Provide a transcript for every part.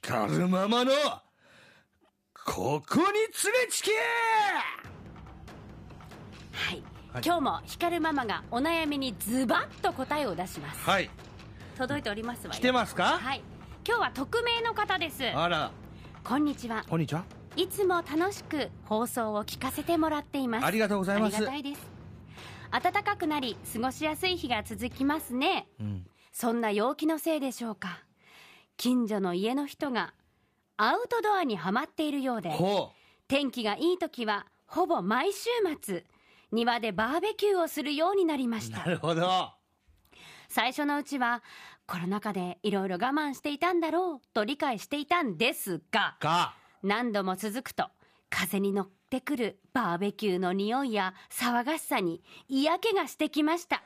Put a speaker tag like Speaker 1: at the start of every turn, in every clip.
Speaker 1: かるままの、ここに詰めちけ
Speaker 2: はい、今日も光ママがお悩みにズバッと答えを出します
Speaker 1: はい。
Speaker 2: 届いておりますわよ
Speaker 1: 来てますか
Speaker 2: はい今日は匿名の方です
Speaker 1: あら、
Speaker 2: こんにちは
Speaker 1: こんにちは。
Speaker 2: いつも楽しく放送を聞かせてもらっています
Speaker 1: ありがとうございます
Speaker 2: ありがたいです暖かくなり過ごしやすい日が続きますね
Speaker 1: うん。
Speaker 2: そんな陽気のせいでしょうか近所の家の人がアウトドアにはまっているようで
Speaker 1: ほ
Speaker 2: 天気がいい時はほぼ毎週末庭でバーベキューをするようになりま
Speaker 1: う。
Speaker 2: した
Speaker 1: なるほど。
Speaker 2: 最初のうちはコロナ禍でいろいろ我慢していたんだろうと理解していたんですが
Speaker 1: か。
Speaker 2: 何度も続くと風に乗ってくるバーベキューの匂いや騒がしさに嫌気がしてきました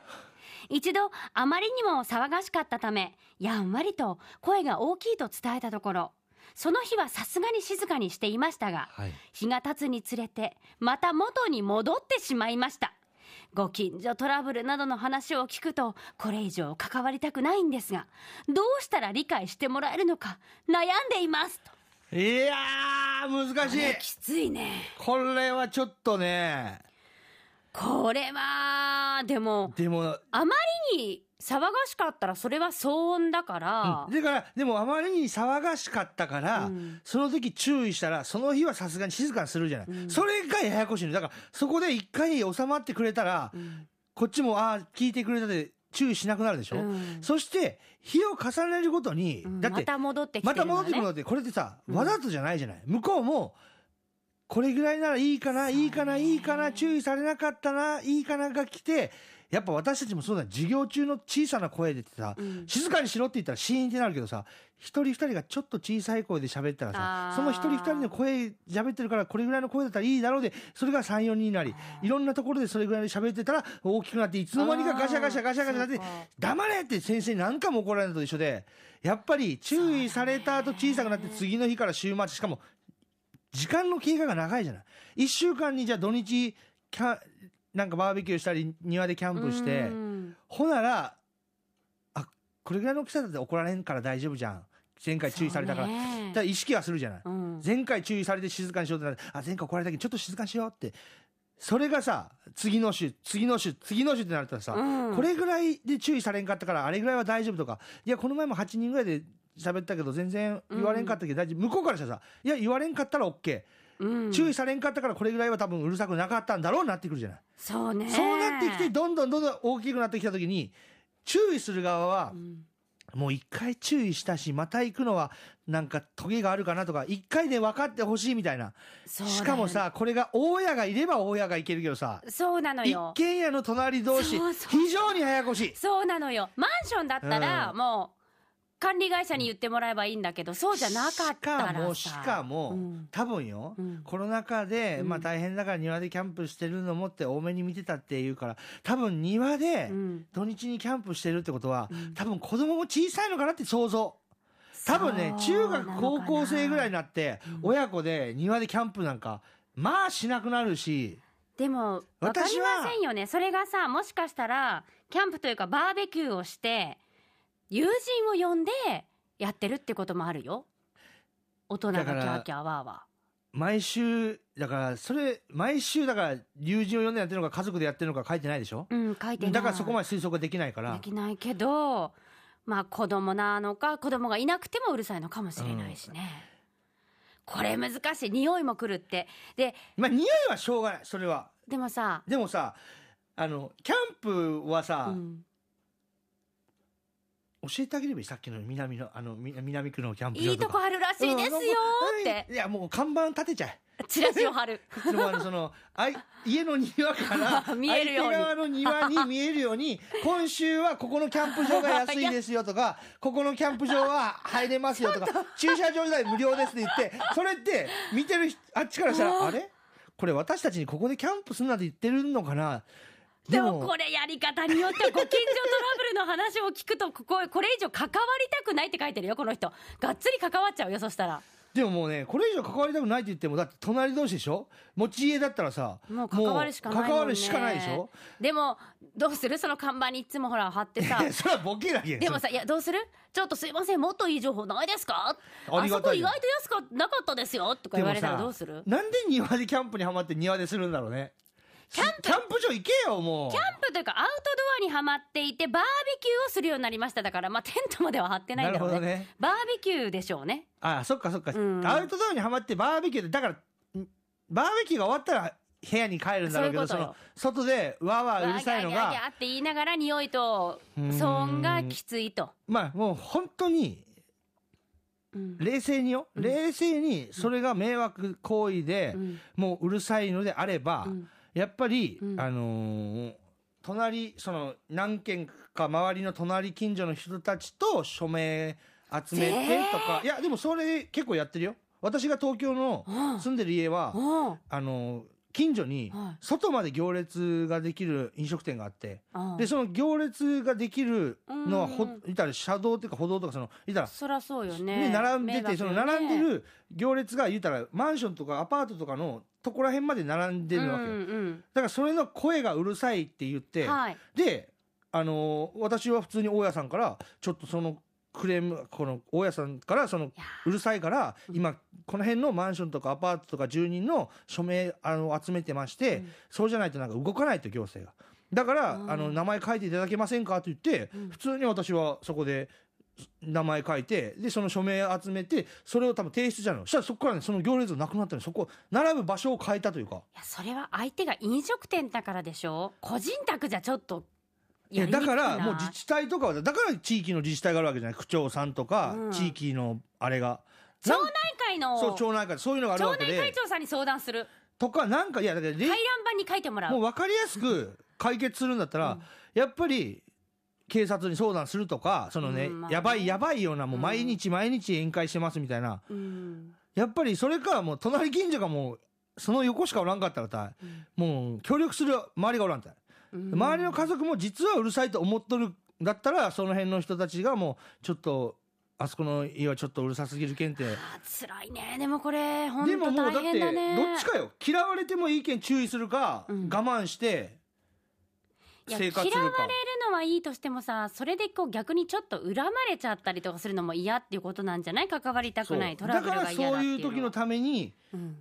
Speaker 2: 一度あまりにも騒がしかったためやんわりと声が大きいと伝えたところその日はさすがに静かにしていましたが
Speaker 1: はい。
Speaker 2: 日が経つにつれてまた元に戻ってしまいましたご近所トラブルなどの話を聞くとこれ以上関わりたくないんですがどうしたら理解してもらえるのか悩んでいますと
Speaker 1: いやー、難しい。
Speaker 2: きついね
Speaker 1: これはちょっとね、
Speaker 2: これはでも
Speaker 1: でも、
Speaker 2: あまりに騒がしかったらそれは騒音だから、
Speaker 1: だから、でもあまりに騒がしかったから、
Speaker 2: うん
Speaker 1: その時注意したら、その日はさすがに静かにするじゃない。
Speaker 2: うん
Speaker 1: それがややこしいの。だから、そこで一回収まってくれたら、
Speaker 2: うん
Speaker 1: こっちも、ああ、聞いてくれたで注意しなくなるでしょ、
Speaker 2: うん
Speaker 1: そして、日を重ねるごとに、
Speaker 2: うん
Speaker 1: だって、
Speaker 2: また戻ってきて
Speaker 1: ま
Speaker 2: る
Speaker 1: た戻
Speaker 2: の
Speaker 1: ってくるの
Speaker 2: ね
Speaker 1: って、これってさ、
Speaker 2: うん
Speaker 1: わざとじゃないじゃない。向こうも、これぐらいならいいかな、いいかな、いいかな、注意されなかったな、いいかなが来て、やっぱ私たちもそうだ、授業中の小さな声でってさ、
Speaker 2: うん
Speaker 1: 静かにしろって言ったらシーンってなるけどさ、一人二人がちょっと小さい声で喋ったら
Speaker 2: あ
Speaker 1: さそ
Speaker 2: ー、
Speaker 1: の一人二人の声喋ってるから、これぐらいの声だったらいいだろうで、それが3、4人になり、いろんなところでそれぐらいで喋ってたら、大きくなって、いつの間にかガシャガシャガシャガシャなって
Speaker 2: あーそうか、
Speaker 1: 黙れって先生に何回も怒られるのと一緒で、やっぱり注意された後小さくなって次の日から週末、しかも時間の経過が長いじゃない。一週間にじゃあ土日、キャンなんかバーベキューしたり、庭でキャンプして、
Speaker 2: うん
Speaker 1: ほなら、あ、これぐらいの大きさだって怒られんから大丈夫じゃん。前回注意されたから。
Speaker 2: そうね
Speaker 1: だから意識はするじゃない。
Speaker 2: うん
Speaker 1: 前回注意されて静かにしようってなって、あ、前回怒られたけど、ちょっと静かにしようって。それがさ、次の週、次の週、次の週ってなったらさ、
Speaker 2: うん
Speaker 1: これぐらいで注意されんかったから、あれぐらいは大丈夫とか、いや、この前も8人ぐらいで喋ったけど、全然言われんかったけど大丈夫。向こうからしたらさ、いや、言われんかったら OK。
Speaker 2: うん
Speaker 1: 注意されんかったから、これぐらいは多分うるさくなかったんだろうなってくるじゃない。
Speaker 2: そうね
Speaker 1: そうなってきて、どんどんどんどん大きくなってきたときに、注意する側は
Speaker 2: う、ん
Speaker 1: もう一回注意したし、また行くのは、なんかトゲがあるかなとか、一回で分かってほしいみたいな。
Speaker 2: そうだよね
Speaker 1: しかもさ、これが大家がいれば大家がいけるけどさ、
Speaker 2: そうなの
Speaker 1: 一
Speaker 2: よ
Speaker 1: 軒家の隣同士
Speaker 2: そう、そう
Speaker 1: 非常にややこしい。
Speaker 2: そうなのよマンションだったら
Speaker 1: う
Speaker 2: もう管理会社に言ってもらえばいいんだけどそうじゃなかった
Speaker 1: し
Speaker 2: らさ
Speaker 1: かも、しかも、
Speaker 2: うん
Speaker 1: 多分よ、
Speaker 2: うん
Speaker 1: コロナ禍で、
Speaker 2: うん
Speaker 1: まあ大変だから庭でキャンプしてるのもって多めに見てたっていうから、多分庭で、
Speaker 2: うん
Speaker 1: 土日にキャンプしてるってことは、
Speaker 2: うん
Speaker 1: 多分子供も小さいのかなって想像。多分ね、
Speaker 2: そう
Speaker 1: 中
Speaker 2: なのかな
Speaker 1: 学、高校生ぐらいになって、
Speaker 2: うん
Speaker 1: 親子で庭でキャンプなんか、まあしなくなるし、
Speaker 2: でも分かり
Speaker 1: 私は
Speaker 2: ませんよねそれがさもしかしたらキャンプというかバーベキューをして友人を呼んでやってるってこともあるよ大人がキ
Speaker 1: だから
Speaker 2: ャーキャーワーワ
Speaker 1: 毎週、だから、それ、毎週、だから、友人を呼んでやってるのか、家族でやってるのか書いてないでしょ
Speaker 2: ーうん書いてない
Speaker 1: だからそこまで推測ができないから
Speaker 2: で、きないけどまあ子供なのか子供がいなくてもうるさいのかもしれないしね、これ難しい匂いも来るってで
Speaker 1: まあ、匂いはしょうがない、それは。
Speaker 2: でもさ、
Speaker 1: でもさ、あの、キャンプはさ
Speaker 2: う、ん
Speaker 1: 教えてあげればいい、さっきの南の、あの、み南区のキャンプ場とか。
Speaker 2: いいとこあるらしいですよーって
Speaker 1: うん。いや、もう看板立てちゃえ。
Speaker 2: チラシを貼る、
Speaker 1: つまりその、あい、家の庭から
Speaker 2: 見えるように
Speaker 1: 相手側の庭に見えるように、今週はここのキャンプ場が安いですよとか、ここのキャンプ場は入れます よとか、駐車場代無料ですって言って、それって、見てる人あっちからしたら、あれこれ私たちにここでキャンプするなんて言ってるのかな
Speaker 2: でもこれやり方によってはご近所トラブルの話を聞くとこここれ以上関わりたくないって書いてるよこの人がっつり関わっちゃうよそしたら
Speaker 1: でももうね、これ以上関わりたくないって言っても、だって隣同士でしょ持ち家だったらさ、
Speaker 2: もう関わるしかないも
Speaker 1: も
Speaker 2: ん、ね、
Speaker 1: う関わるしかないでしょ
Speaker 2: でもどうするその看板にいつもほら貼って さ
Speaker 1: それはボケなきゃ
Speaker 2: でもさいやどうするちょっとすいませんもっといい情報ないですかあ
Speaker 1: あり
Speaker 2: そ
Speaker 1: が
Speaker 2: こ
Speaker 1: たい
Speaker 2: 意
Speaker 1: よ
Speaker 2: 外と安かなかったですよとか
Speaker 1: で
Speaker 2: 言わ
Speaker 1: も
Speaker 2: れたら
Speaker 1: さ
Speaker 2: どうする
Speaker 1: なんで庭でキャンプにはまって庭でするんだろうね。キャンプキャンプ場行けよ、もう。
Speaker 2: キャンプというかアウトドアにはまっていてバーベキューをするようになりましただからまあテントまでは張ってないんだろう
Speaker 1: な
Speaker 2: ね
Speaker 1: るほどね
Speaker 2: バーベキューでしょうね
Speaker 1: ああ、そっかそっか。
Speaker 2: うん
Speaker 1: アウトドアにはまってバーベキューで、だから、んバーベキューが終わったら部屋に帰るんだろうけど、
Speaker 2: そ
Speaker 1: そう
Speaker 2: いうこ
Speaker 1: の、外でわーわーうるさいの
Speaker 2: わあギャーギャーギャ
Speaker 1: が、
Speaker 2: ーって言いながら匂いと
Speaker 1: うーん
Speaker 2: 騒音がきついと、
Speaker 1: まあもう本当に、
Speaker 2: うん
Speaker 1: 冷静によ、
Speaker 2: うん
Speaker 1: 冷静にそれが迷惑行為で、
Speaker 2: うん
Speaker 1: もううるさいのであれば、
Speaker 2: うん
Speaker 1: やっぱり、
Speaker 2: うん
Speaker 1: あのー隣その何軒か周りの隣近所の人たちと署名集めてとか、いやでもそれ結構やってるよ私が東京の
Speaker 2: うん
Speaker 1: 住んでる家は、
Speaker 2: うん
Speaker 1: あのー近所に
Speaker 2: はい
Speaker 1: 外まで行列ができる飲食店があって、
Speaker 2: うん
Speaker 1: でその行列ができるのはほ、
Speaker 2: うん
Speaker 1: いたら車道っていうか歩道とかそのいたら
Speaker 2: そりゃそうよ
Speaker 1: ね、
Speaker 2: ね
Speaker 1: 並んで
Speaker 2: 迷惑
Speaker 1: て、
Speaker 2: よ
Speaker 1: そ
Speaker 2: ね
Speaker 1: の並んでる行列が言うたら、マンションとかアパートとかのとこら辺まで並んでるわけよ。
Speaker 2: うん
Speaker 1: だ
Speaker 2: うん
Speaker 1: からそれの声がうるさいって言って、
Speaker 2: はい
Speaker 1: で、あのー私は普通に大家さんから、ちょっとそのクレーム、この大家さんから、その
Speaker 2: いや
Speaker 1: うるさいから、
Speaker 2: うん
Speaker 1: 今、この辺のマンションとかアパートとか住人の署名あの集めてまして、
Speaker 2: うん
Speaker 1: そうじゃないとなんか動かないと、行政が。だから、
Speaker 2: うん
Speaker 1: あの、名前書いていただけませんかと言って、
Speaker 2: うん
Speaker 1: 普通に私はそこで、名前書いて、で、その署名集めて、それを多分提出じゃないの。そしたらそこからね、その行列がなくなったのそこ、並ぶ場所を変えたというか。
Speaker 2: いやそれは相手が飲食店だからでしょ個人宅じゃちょっと
Speaker 1: いや、だから、もう
Speaker 2: 自
Speaker 1: 自治体とかは、だから地域の自治体があるわけじゃない。区長さんとか、
Speaker 2: うん
Speaker 1: 地域のあれが。
Speaker 2: 町内
Speaker 1: なん
Speaker 2: 会の
Speaker 1: そう、町内会、そういうのがあるわ
Speaker 2: 町
Speaker 1: け
Speaker 2: 内会
Speaker 1: で。
Speaker 2: 長さんに相談する
Speaker 1: とか、なんか、いや、だから、
Speaker 2: 回覧板に書いてもらう
Speaker 1: もう分かりやすく解決するんだったら、やっぱり警察に相談するとかそのね,、
Speaker 2: うんまあね
Speaker 1: やばいやばいようなもう
Speaker 2: うん
Speaker 1: 毎日毎日宴会してますみたいな、
Speaker 2: うん
Speaker 1: やっぱりそれかもう隣近所がもうその横しかおらんかったらた
Speaker 2: うん
Speaker 1: もう協力する周りがおらんたい、
Speaker 2: うん
Speaker 1: 周りの家族も実はうるさいと思っとるんだったらその辺の人たちがもうちょっとあそこの家はちょっとうるさすぎるけんって。
Speaker 2: あ辛いねでもこれ本
Speaker 1: でも
Speaker 2: 当
Speaker 1: もうだっ
Speaker 2: 大
Speaker 1: てど
Speaker 2: 変
Speaker 1: っ
Speaker 2: だね
Speaker 1: ちかよ嫌われてもいいけん注意するか、
Speaker 2: うん
Speaker 1: 我慢して
Speaker 2: いや
Speaker 1: 生活するか
Speaker 2: 嫌われるのはいいとしてもさそれでこう逆にちょっと恨まれちゃったりとかするのも嫌っていうことなんじゃない関わりたくない
Speaker 1: そ
Speaker 2: ト
Speaker 1: う
Speaker 2: ラブル
Speaker 1: だ
Speaker 2: が
Speaker 1: から
Speaker 2: 嫌だ
Speaker 1: そ
Speaker 2: っ
Speaker 1: う
Speaker 2: てい
Speaker 1: いうう時のために
Speaker 2: うん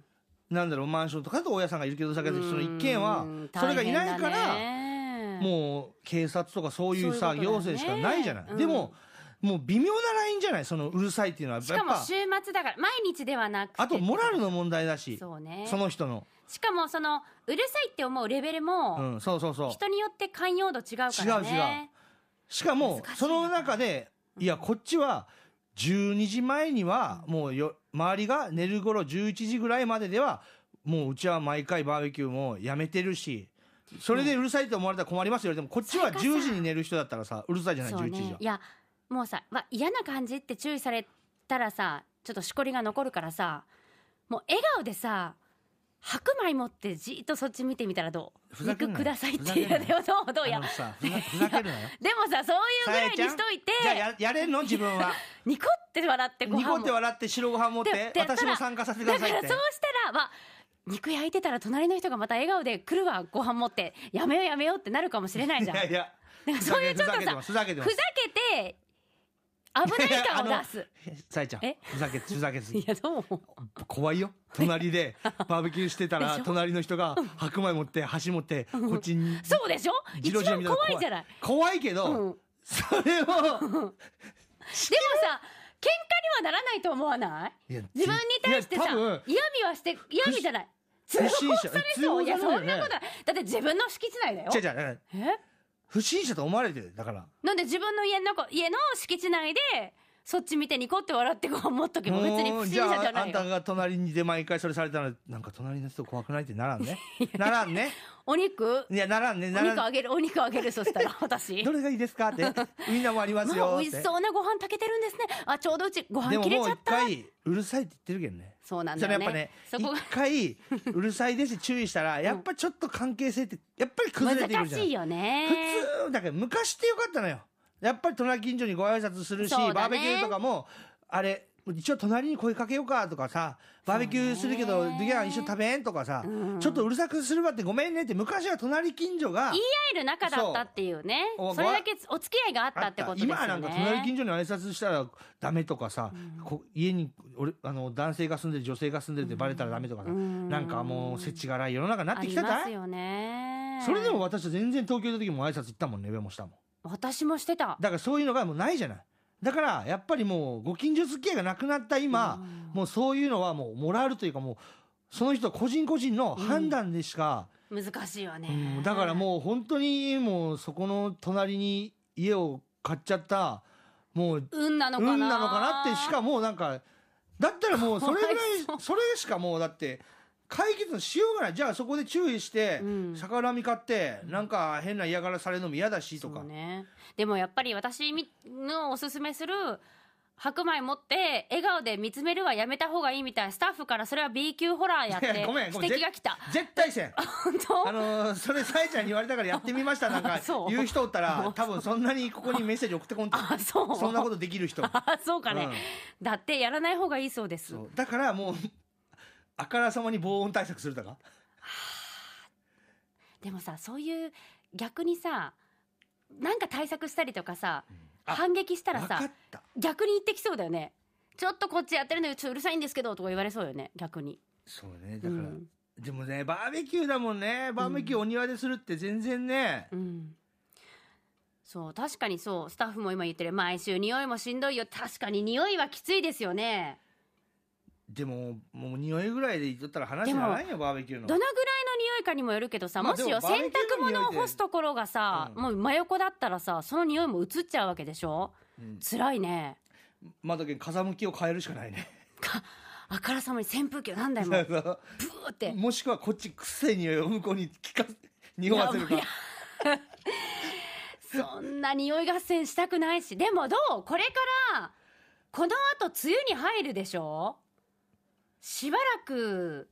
Speaker 1: なんだろうマンションとかと親さんがいるけどだけどその一軒は
Speaker 2: うん
Speaker 1: それがいないか
Speaker 2: 大変だ
Speaker 1: ら
Speaker 2: ね
Speaker 1: もう警察とかそういう
Speaker 2: そう
Speaker 1: さ
Speaker 2: いうことだよね
Speaker 1: 行政しかないじゃな
Speaker 2: う
Speaker 1: い
Speaker 2: ん
Speaker 1: でももう微妙なラインじゃないそのうるさいっていうのは
Speaker 2: し
Speaker 1: や
Speaker 2: か
Speaker 1: っ
Speaker 2: も
Speaker 1: ぱ
Speaker 2: 週末だから毎日ではなくて
Speaker 1: あとモラルの問題だし
Speaker 2: そうね
Speaker 1: その人の
Speaker 2: しかもそのうるさいって思うレベル
Speaker 1: う
Speaker 2: も
Speaker 1: んそうそうそう
Speaker 2: 人によって寛容度違うからね
Speaker 1: しかも
Speaker 2: 難しいな
Speaker 1: その中でいやこっちは12時前にはもうよ周りが寝る頃11時ぐらいまでではもううちは毎回バーベキューもやめてるしそれでうるさいと思われたら困りますよでもこっちは
Speaker 2: それ
Speaker 1: 10
Speaker 2: かさ
Speaker 1: 時に寝る人だったらさうるさいじゃない
Speaker 2: そう
Speaker 1: 11時
Speaker 2: ね。
Speaker 1: はい
Speaker 2: やもうさわ嫌な感じって注意されたらさちょっとしこりが残るからさもう笑顔でさ白米持ってじーっとそっち見てみたらどう
Speaker 1: ふざけん
Speaker 2: 肉
Speaker 1: なよ
Speaker 2: くださいっ
Speaker 1: ふざ
Speaker 2: て
Speaker 1: けん
Speaker 2: い
Speaker 1: な
Speaker 2: うで
Speaker 1: よ
Speaker 2: もどうどうい
Speaker 1: あ
Speaker 2: や
Speaker 1: のさふざふざけるなよ。
Speaker 2: でもさそういうぐらいにしといて
Speaker 1: じゃあややれんの自分は。
Speaker 2: ニコって笑ってご
Speaker 1: ニ
Speaker 2: 飯
Speaker 1: コ
Speaker 2: も
Speaker 1: って笑って白ご飯持っ
Speaker 2: で
Speaker 1: て
Speaker 2: でやったら
Speaker 1: 私も参加させてくだ
Speaker 2: だ
Speaker 1: さ
Speaker 2: か
Speaker 1: い
Speaker 2: ら
Speaker 1: っ
Speaker 2: そうしてた。らわ肉焼いてたら隣の人がまた笑顔で来るわご飯持ってやめようやめようってなるかもしれない
Speaker 1: い
Speaker 2: じゃん
Speaker 1: やいや。
Speaker 2: だからそういうちょっと
Speaker 1: ふざけて
Speaker 2: さ
Speaker 1: ますふざけて
Speaker 2: ふ
Speaker 1: ます
Speaker 2: ざけて危ない感を 出す
Speaker 1: さえちゃん
Speaker 2: え
Speaker 1: ふざけふざけすぎ
Speaker 2: いやどうも
Speaker 1: 怖いよ隣 でバーベキューしてた
Speaker 2: でし
Speaker 1: ら
Speaker 2: ょ
Speaker 1: 隣の人が白米持って箸持ってこっちに
Speaker 2: そうでしょ
Speaker 1: じ
Speaker 2: 一
Speaker 1: ろじろ
Speaker 2: 番
Speaker 1: 見たら
Speaker 2: 怖いじゃない。
Speaker 1: 怖いけ
Speaker 2: うん、で
Speaker 1: ど
Speaker 2: も
Speaker 1: それを
Speaker 2: さ、喧嘩にはならないと思わない
Speaker 1: いや
Speaker 2: 自分に対してさ、
Speaker 1: いや多分
Speaker 2: 嫌味はして、嫌味じゃない。通報
Speaker 1: 不審者
Speaker 2: され そう。いや、
Speaker 1: 通
Speaker 2: そ
Speaker 1: 報だ
Speaker 2: んな
Speaker 1: よ
Speaker 2: こ
Speaker 1: ね
Speaker 2: とない。だって自分の敷地内だよ
Speaker 1: 違う違う。だから
Speaker 2: え
Speaker 1: 不審者と思われてるだから
Speaker 2: なんで自分の家の中、家の敷地内で、そっち見てニコって笑ってご飯持っとけば別に不
Speaker 1: もう
Speaker 2: 審
Speaker 1: じ
Speaker 2: 者
Speaker 1: ゃ
Speaker 2: じ
Speaker 1: あ
Speaker 2: ゃ
Speaker 1: あ
Speaker 2: なんい
Speaker 1: た
Speaker 2: よ。
Speaker 1: が隣にで毎回それされたらなんか隣の人怖くないってならん ねならんね
Speaker 2: お肉
Speaker 1: いやならんね
Speaker 2: お
Speaker 1: な
Speaker 2: 肉
Speaker 1: らん
Speaker 2: あげる、お肉あげる、そし たら私
Speaker 1: ど。れがいいです かってみんなもあります
Speaker 2: ま
Speaker 1: よ
Speaker 2: あ、
Speaker 1: っ
Speaker 2: 美
Speaker 1: て
Speaker 2: 味しそうなご飯炊けてるんですね。あ、ちょうどうちご
Speaker 1: で
Speaker 2: 飯
Speaker 1: も
Speaker 2: 切れ
Speaker 1: もう
Speaker 2: ちゃっ
Speaker 1: 一
Speaker 2: た。
Speaker 1: 回うるさいって言ってるけどね
Speaker 2: そうなん
Speaker 1: そ
Speaker 2: だ
Speaker 1: れ
Speaker 2: よ
Speaker 1: やっぱね
Speaker 2: ね。そこが
Speaker 1: 一回うるさいですし注意したらやっぱちょっと関係性ってやっぱり崩れていく
Speaker 2: 難
Speaker 1: じゃ
Speaker 2: し
Speaker 1: ん
Speaker 2: いよね。
Speaker 1: 普通だから昔ってよかったのよやっぱり隣近所にご挨拶するし、
Speaker 2: そうだね
Speaker 1: バーベキューとかもあれもう一応隣に声かけようかとかさ、バーベキューするけど、
Speaker 2: そうね
Speaker 1: ドゥギャン一緒に食べんとかさ、
Speaker 2: うん
Speaker 1: ちょっとうるさくするわってごめんねって、昔は隣近所が、
Speaker 2: いえる仲だったっていうね
Speaker 1: そう
Speaker 2: それだけお付き合いがあったってことですよね
Speaker 1: 今はなんか隣近所に挨拶したらダメとかさ、こ家に俺あの男性が住んでる女性が住んでるってバレたらダメとかさ、
Speaker 2: うん
Speaker 1: なんかもう世知辛い世の中になってきた
Speaker 2: ありま
Speaker 1: か
Speaker 2: す
Speaker 1: い
Speaker 2: よね
Speaker 1: それでも私は全然東京の時も挨拶行ったもんね上も下も
Speaker 2: 私もしてた
Speaker 1: だからそういうのがもうないじゃないだからやっぱりもうご近所付き合いがなくなった今、もうそういうのはもうモラルというかもうその人個人個人の判断でしか、
Speaker 2: 難しいわね、
Speaker 1: うん、だからもう本当にもうそこの隣に家を買っちゃったもう
Speaker 2: 運なのかな
Speaker 1: 運なのかなってしかもうなんかだったらもうそれぐらい
Speaker 2: かわいそう
Speaker 1: それしかもうだって解決しようがないじゃあそこで注意して
Speaker 2: うん
Speaker 1: 逆恨み買ってなんか変な嫌がらされるのも嫌だしとか
Speaker 2: そうね、でもやっぱり私みのおすすめする白米持って笑顔で見つめるはやめた方がいいみたいなスタッフからそれは B 級ホラーやって
Speaker 1: いやごめんごめん
Speaker 2: 指摘が来た
Speaker 1: 絶対せん
Speaker 2: 本当
Speaker 1: あのーそれさえちゃんに言われたからやってみましたなんか
Speaker 2: そう
Speaker 1: 言う人おったら多分そんなにここにメッセージ送ってこんと
Speaker 2: あそう
Speaker 1: そんなことできる 人
Speaker 2: あそうかね、
Speaker 1: うん
Speaker 2: だってやらない方がいいそうです
Speaker 1: そうだからもうあからさまに防音対策するだか
Speaker 2: でもさそういう逆にさなんか対策したりとかさ、
Speaker 1: あ
Speaker 2: 反撃したら
Speaker 1: 分か
Speaker 2: さ
Speaker 1: った
Speaker 2: 逆に言ってきそうだよねちょっとこっちやってるのよちょっとうるさいんですけどとか言われそうよね逆に
Speaker 1: そうねだから、
Speaker 2: うん
Speaker 1: でもねバーベキューだもんねバーベキューお庭でするって全然ね、
Speaker 2: うんそう確かにそうスタッフも今言ってる毎週匂いもしんどいよ確かに匂いはきついですよね
Speaker 1: でももう匂いぐらいで言っとったら話ならないよバーベキュー
Speaker 2: ど
Speaker 1: の
Speaker 2: のぐらいの匂いかにもよるけどさ、
Speaker 1: まあ
Speaker 2: もしよ
Speaker 1: でもバー
Speaker 2: 洗
Speaker 1: ベ
Speaker 2: 濯
Speaker 1: キューの匂いで
Speaker 2: 物を干すところがさ、
Speaker 1: うん
Speaker 2: もう真横だったらさその匂いも移っちゃうわけでしょ
Speaker 1: うん
Speaker 2: 辛いね
Speaker 1: まあだけど風向きを変えるしかないね
Speaker 2: あからさまに扇風機を 何台もブーって
Speaker 1: もしくはこっちくせえ匂いを向こうに聞かせ匂わせるか
Speaker 2: いやそんな匂い合戦したくないしでもどうこれからこの後梅雨に入るでしょしばらく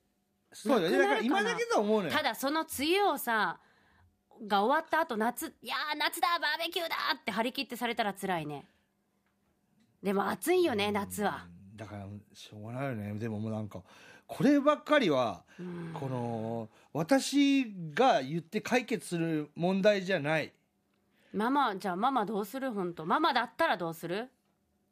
Speaker 1: そうよね
Speaker 2: な
Speaker 1: だ
Speaker 2: く
Speaker 1: か
Speaker 2: な
Speaker 1: ら
Speaker 2: るか
Speaker 1: 今
Speaker 2: な
Speaker 1: だけとは思うのよ
Speaker 2: ただその梅雨をさが終わった後夏いやー夏だバーベキューだって張り切ってされたら辛いねでも暑いよね夏は
Speaker 1: うんだからしょうがないよねでももうなんかこればっかりは
Speaker 2: うん
Speaker 1: この私が言って解決する問題じゃない
Speaker 2: ママじゃあママどうする本当ママだったらどうする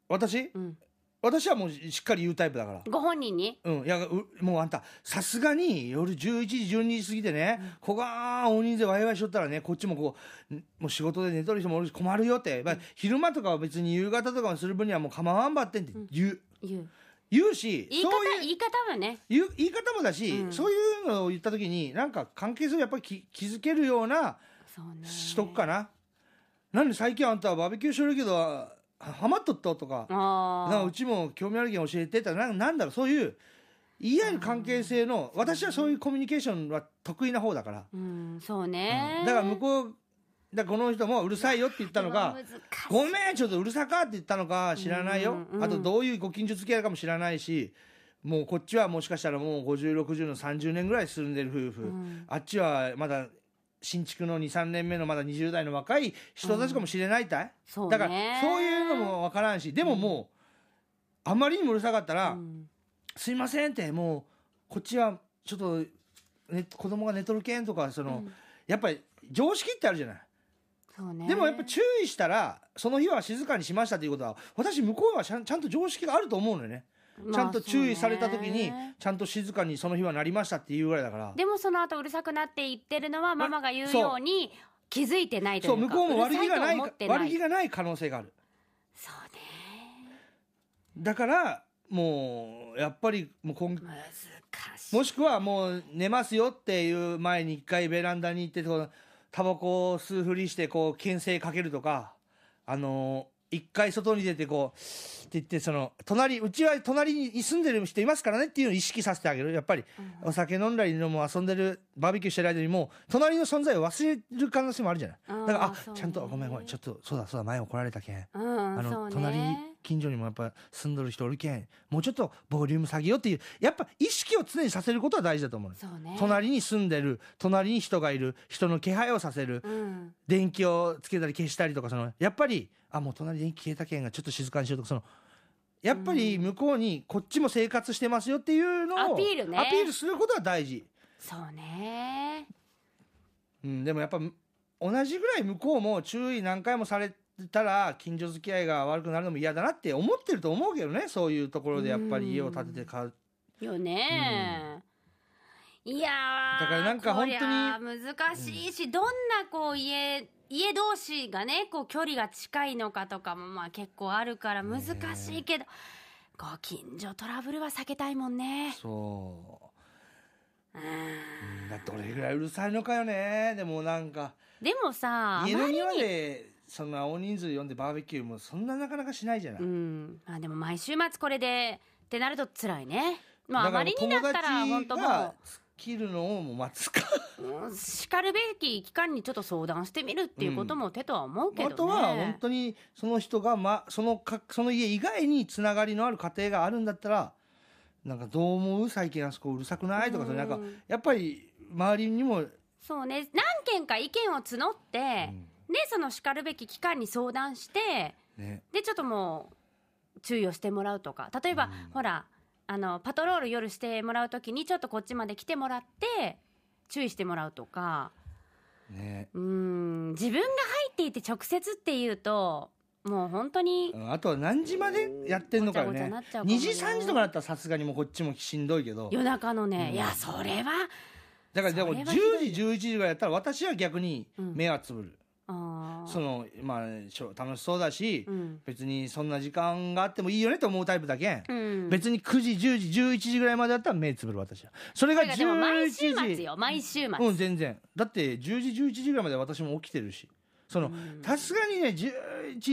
Speaker 1: 私
Speaker 2: うん
Speaker 1: 私はもうしっかり言うタイプだから
Speaker 2: ご本人に
Speaker 1: うん、いやうもうあんたさすがに夜11時12時過ぎてね、こがー大人数でワイワイしとったらねこっちもこうんもう仕事で寝とる人もおるし困るよって、まあ昼間とかは別に夕方とかもする分にはもう構わんばってんって言う、
Speaker 2: 言う
Speaker 1: 言うし
Speaker 2: 言い方
Speaker 1: そういう
Speaker 2: 言い方はね
Speaker 1: 言う言い方もだし、
Speaker 2: うん
Speaker 1: そういうのを言った時になんか関係性をやっぱりき気づけるような
Speaker 2: そうね
Speaker 1: しとくかな、なんで最近あんたはバーベキューしとるけどはハマっとっととか、
Speaker 2: あ
Speaker 1: なんかうちも興味あるけん教えてってななんだろうそういう言い合える関係性の私はそういうコミュニケーションは得意な方だから、
Speaker 2: あうんそう
Speaker 1: う
Speaker 2: ね
Speaker 1: んだから向こうだからこの人もうるさいよって言ったのか
Speaker 2: うわ難しい
Speaker 1: ごめんちょっとうるさかって言ったのか知らないよ、
Speaker 2: うんうん
Speaker 1: あとどういうご近所付き合いかも知らないしもうこっちはもしかしたらもう5060の30年ぐらい住んでる夫婦、
Speaker 2: うん
Speaker 1: あっちはまだ新築の23年目のまだ20代の若い人たちかもしれないたい、
Speaker 2: そうね
Speaker 1: だからそういうのも分からんしでももう、あまりにもうるさかったら「
Speaker 2: うん
Speaker 1: すいません」ってもうこっちはちょっと、ね、子供が寝とるけんとかその、やっぱり常識ってあるじゃない。
Speaker 2: そうね
Speaker 1: でもやっぱ注意したらその日は静かにしましたということは私向こうはちゃんちゃんと常識があると思うのよね、ちゃんと注意された時に
Speaker 2: まあそうね
Speaker 1: ちゃんと静かにその日はなりましたっていうぐらいだから
Speaker 2: でもその後うるさくなって言ってるのはママが言う
Speaker 1: そう
Speaker 2: ように気づいてないとい
Speaker 1: そう
Speaker 2: うか
Speaker 1: 向こうも悪気がな
Speaker 2: うるさと
Speaker 1: い
Speaker 2: 思って
Speaker 1: 悪気がない可能性がある
Speaker 2: そうね
Speaker 1: だからもうやっぱりもう今
Speaker 2: 難しい
Speaker 1: もしくはもう寝ますよっていう前に一回ベランダに行ってこうタバコを吸うふりしてこう牽制かけるとかあのー一回外に出てこうって言ってその隣うちは隣に住んでる人いますからねっていうのを意識させてあげるやっぱりお酒飲んだりのも遊んでるバーベキューしてる間にもう隣の存在を忘れる可能性もあるじゃない
Speaker 2: あー
Speaker 1: だからあ
Speaker 2: そうね
Speaker 1: ちゃんとごめんごめんちょっとそうだそうだ前怒られたけん
Speaker 2: うん
Speaker 1: あ
Speaker 2: そ
Speaker 1: の、
Speaker 2: うね
Speaker 1: 隣近所にもやっぱ住んどる人おるけんもうちょっとボリューム下げようっていうやっぱ意識を常にさせることは大事だと思うの
Speaker 2: そうね
Speaker 1: 隣に住んでる隣に人がいる人の気配をさせる
Speaker 2: うん
Speaker 1: 電気をつけたり消したりとかそのやっぱりあもう隣電気消えたけんがちょっと静かにしようとかそのやっぱり向こうにこっちも生活してますよっていうのを
Speaker 2: アピールね
Speaker 1: アピールすることは大事、
Speaker 2: そうね
Speaker 1: うん、でもやっぱ同じぐらい向こうも注意何回もされたら近所付き合いが悪くなるのも嫌だなって思ってると思うけどねそういうところでやっぱり家を建てて買う
Speaker 2: よね、いやー
Speaker 1: だからなんか本当に
Speaker 2: こりゃ難しいし、どんなこう家家同士がねこう距離が近いのかとかもまあ結構あるから難しいけど、ご近所トラブルは避けたいもんね
Speaker 1: そうう、
Speaker 2: ん
Speaker 1: だどれぐらいうるさいのかよねでもなんか
Speaker 2: でもさあ
Speaker 1: 家
Speaker 2: ま
Speaker 1: の
Speaker 2: り
Speaker 1: 庭
Speaker 2: に
Speaker 1: でそんな大人数呼んでバーベキューもそんななかなかしないじゃない、
Speaker 2: うんまあでも毎週末これでってなると辛いねまああ
Speaker 1: だか
Speaker 2: ま
Speaker 1: らも
Speaker 2: り
Speaker 1: う
Speaker 2: にだったら本当
Speaker 1: 友達
Speaker 2: も
Speaker 1: が切るのをもう待つか
Speaker 2: ううんしかるべき期間にちょっと相談してみるっていうことも手とは思うけど
Speaker 1: あ
Speaker 2: ね、
Speaker 1: とは本当にその人が、ま、そのかその家以外につながりのある家庭があるんだったらなんかどう思う最近あそこうるさくないとか
Speaker 2: うん
Speaker 1: それなんかやっぱり周りにも、
Speaker 2: そうね何件か意見を募って、ねそのしかるべき機関に相談して
Speaker 1: ね、
Speaker 2: でちょっともう注意をしてもらうとか例えば、ほらあのパトロール夜してもらう時にちょっとこっちまで来てもらって注意してもらうとか
Speaker 1: ね、
Speaker 2: うーん自分が入っていて直接っていうともう本当に
Speaker 1: うんあとは何時までやってんのかよ
Speaker 2: ごちゃ
Speaker 1: ね
Speaker 2: ごちゃなっちゃうかもね
Speaker 1: 2時3時とかだったらさすがにもうこっちもしんどいけど
Speaker 2: 夜中のね、
Speaker 1: うん
Speaker 2: いやそれは
Speaker 1: だからでも
Speaker 2: それはひどい
Speaker 1: 10時11時ぐらいやったら私は逆に
Speaker 2: うん
Speaker 1: 目はつぶる、
Speaker 2: あー
Speaker 1: そのまあしょ楽しそうだし、
Speaker 2: うん、
Speaker 1: 別にそんな時間があってもいいよねと思うタイプだけん
Speaker 2: うん、
Speaker 1: 別に9時10時11時ぐらいまでだったら目つぶる私はそれが
Speaker 2: だからでも
Speaker 1: 11
Speaker 2: 毎
Speaker 1: 時
Speaker 2: 週末よ毎週末、
Speaker 1: うん全然だって10時11時ぐらいまで私も起きてるしその
Speaker 2: うん
Speaker 1: さすがにね11時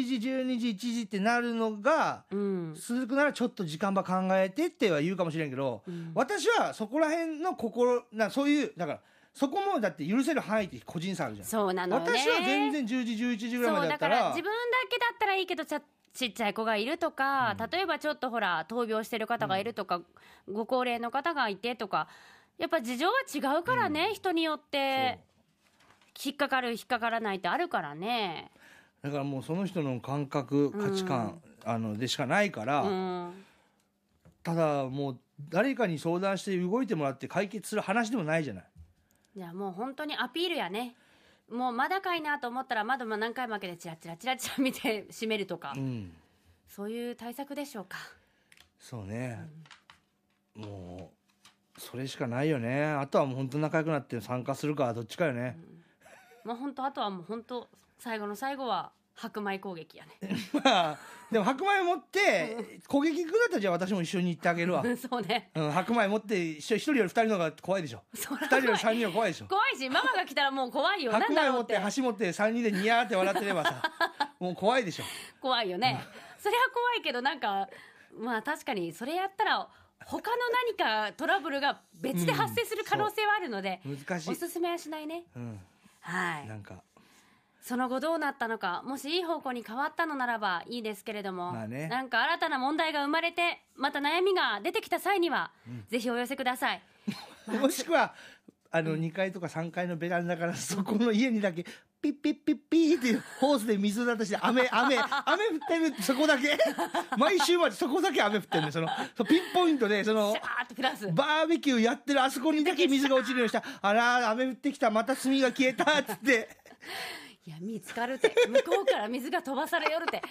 Speaker 1: 12時1時ってなるのが
Speaker 2: うん
Speaker 1: 続くならちょっと時間ば考えてっては言うかもしれんけど、
Speaker 2: うん
Speaker 1: 私はそこら辺の心なそういうだからそこもだって許せる範囲って個人差あるじゃん、
Speaker 2: そうなのよね
Speaker 1: 私は全然10時11時ぐらいま
Speaker 2: そ
Speaker 1: で
Speaker 2: う
Speaker 1: だった
Speaker 2: だからら自分だけだったらいいけどちゃちっちゃい子がいるとか、
Speaker 1: うん
Speaker 2: 例えばちょっとほら闘病してる方がいるとか、ご高齢の方がいてとかやっぱ事情は違うからね、
Speaker 1: うん
Speaker 2: 人によっ
Speaker 1: そう
Speaker 2: て引っかかる引っかからないってあるからね。
Speaker 1: だからもうその人の感覚価値観、あのでしかないか
Speaker 2: う
Speaker 1: ら、
Speaker 2: ん、
Speaker 1: ただもう誰かに相談して動いてもらって解決する話でもないじゃない
Speaker 2: じゃあもう本当にアピールやねもうまだかいなと思ったら窓も何回も開けてチラチラチラチラ見て閉めるとか、
Speaker 1: うん
Speaker 2: そういう対策でしょうか。
Speaker 1: そうね、もうそれしかないよねあとはもう本当仲良くなって参加するかどっちかよね、
Speaker 2: もう本当あとはもう本当最後の最後は白米攻撃やね。
Speaker 1: まあでも白米持って攻撃行くんだったらじゃあ私も一緒に行ってあげるわ、
Speaker 2: そうね。
Speaker 1: うん、白米持って一緒一人より二人の方が怖いでしょ
Speaker 2: そら
Speaker 1: 二人より三人は怖いでしょ
Speaker 2: 怖いし、ママが来たらもう怖いよ。な
Speaker 1: 白
Speaker 2: んだ
Speaker 1: 米
Speaker 2: ろ
Speaker 1: 持
Speaker 2: う
Speaker 1: っ
Speaker 2: ってて。
Speaker 1: 箸持って三人でニヤーって笑ってればさもう怖いでしょ
Speaker 2: 怖いよね。それは怖いけど、なんか、まあ確かに、それやったら、他の何かトラブルが別で発生する可能性はあるので、
Speaker 1: 難し
Speaker 2: お
Speaker 1: い、
Speaker 2: すすめはしないね。
Speaker 1: うん、
Speaker 2: はい
Speaker 1: な。んか
Speaker 2: その後どうなったのか、もしいい方向に変わったのならばいいですけれども、
Speaker 1: まあね
Speaker 2: なんか新たな問題が生まれて、また悩みが出てきた際には、ぜひお寄せください。
Speaker 1: もしくは、あの、2階とか3階のベランダから、そこの家にだけ、ピッピッピッピーっていうホースで水だとして、雨、雨、雨降ってる、そこだけ。 毎週末、そこだけ雨降ってるね。その、そのピンポイントで、その
Speaker 2: シ、ャーってプラス。
Speaker 1: バーベキューやってるあそこにだけ水が落ちるようにした。あら、雨降ってきた、また炭が消えた、つって。
Speaker 2: いや、見つかるって。向こうから水が飛ばされよるって。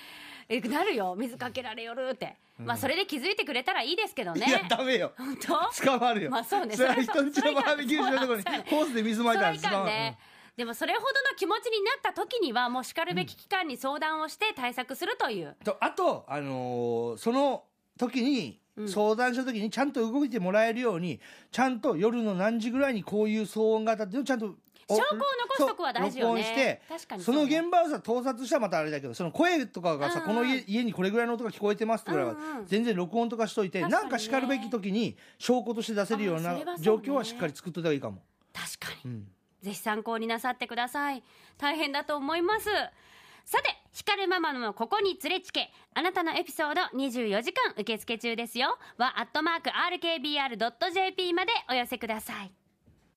Speaker 2: え、なるよ。水かけられよるって。まあ、それで気づいてくれたらいいですけどね。
Speaker 1: いや、ダメよ。
Speaker 2: 本当
Speaker 1: 捕まるよ。
Speaker 2: まあそうね
Speaker 1: それは
Speaker 2: それは
Speaker 1: 人んちの
Speaker 2: それ
Speaker 1: バ
Speaker 2: は
Speaker 1: ーベキュー場のところに
Speaker 2: そうだね
Speaker 1: ホースで水まい
Speaker 2: そ
Speaker 1: たら
Speaker 2: れはい
Speaker 1: 捕
Speaker 2: かん
Speaker 1: まる。うん
Speaker 2: ね。でも、それほどの気持ちになった時には、もう叱るべき機関に相談をして対策するという。
Speaker 1: とあと、あのーその時に、相談した時にちゃんと動いてもらえるように、ちゃんと夜の何時ぐらいにこういう騒音があったっていうのをちゃんとお
Speaker 2: 証拠を残しとくは大事よね
Speaker 1: そう録音して
Speaker 2: 確かにそ
Speaker 1: そう
Speaker 2: ね
Speaker 1: の現場をさ盗撮したらまたあれだけどその声とかがさ、
Speaker 2: うん
Speaker 1: この家家にこれぐらいの音が聞こえてますってぐらいは、
Speaker 2: うんうん
Speaker 1: 全然録音とかしといて、
Speaker 2: 確かに
Speaker 1: なん
Speaker 2: ね
Speaker 1: か叱るべき時に証拠として出せるよう
Speaker 2: あ
Speaker 1: な
Speaker 2: それはそうね
Speaker 1: 状況はしっかり作っといた方がいいかも。
Speaker 2: 確かに。
Speaker 1: うん
Speaker 2: ぜひ参考になさってください。大変だと思います。さて、ヒカルママのここに連れつけ、あなたのエピソード24時間受付中ですよ。は、アットマーク RKBR.jp までお寄せください。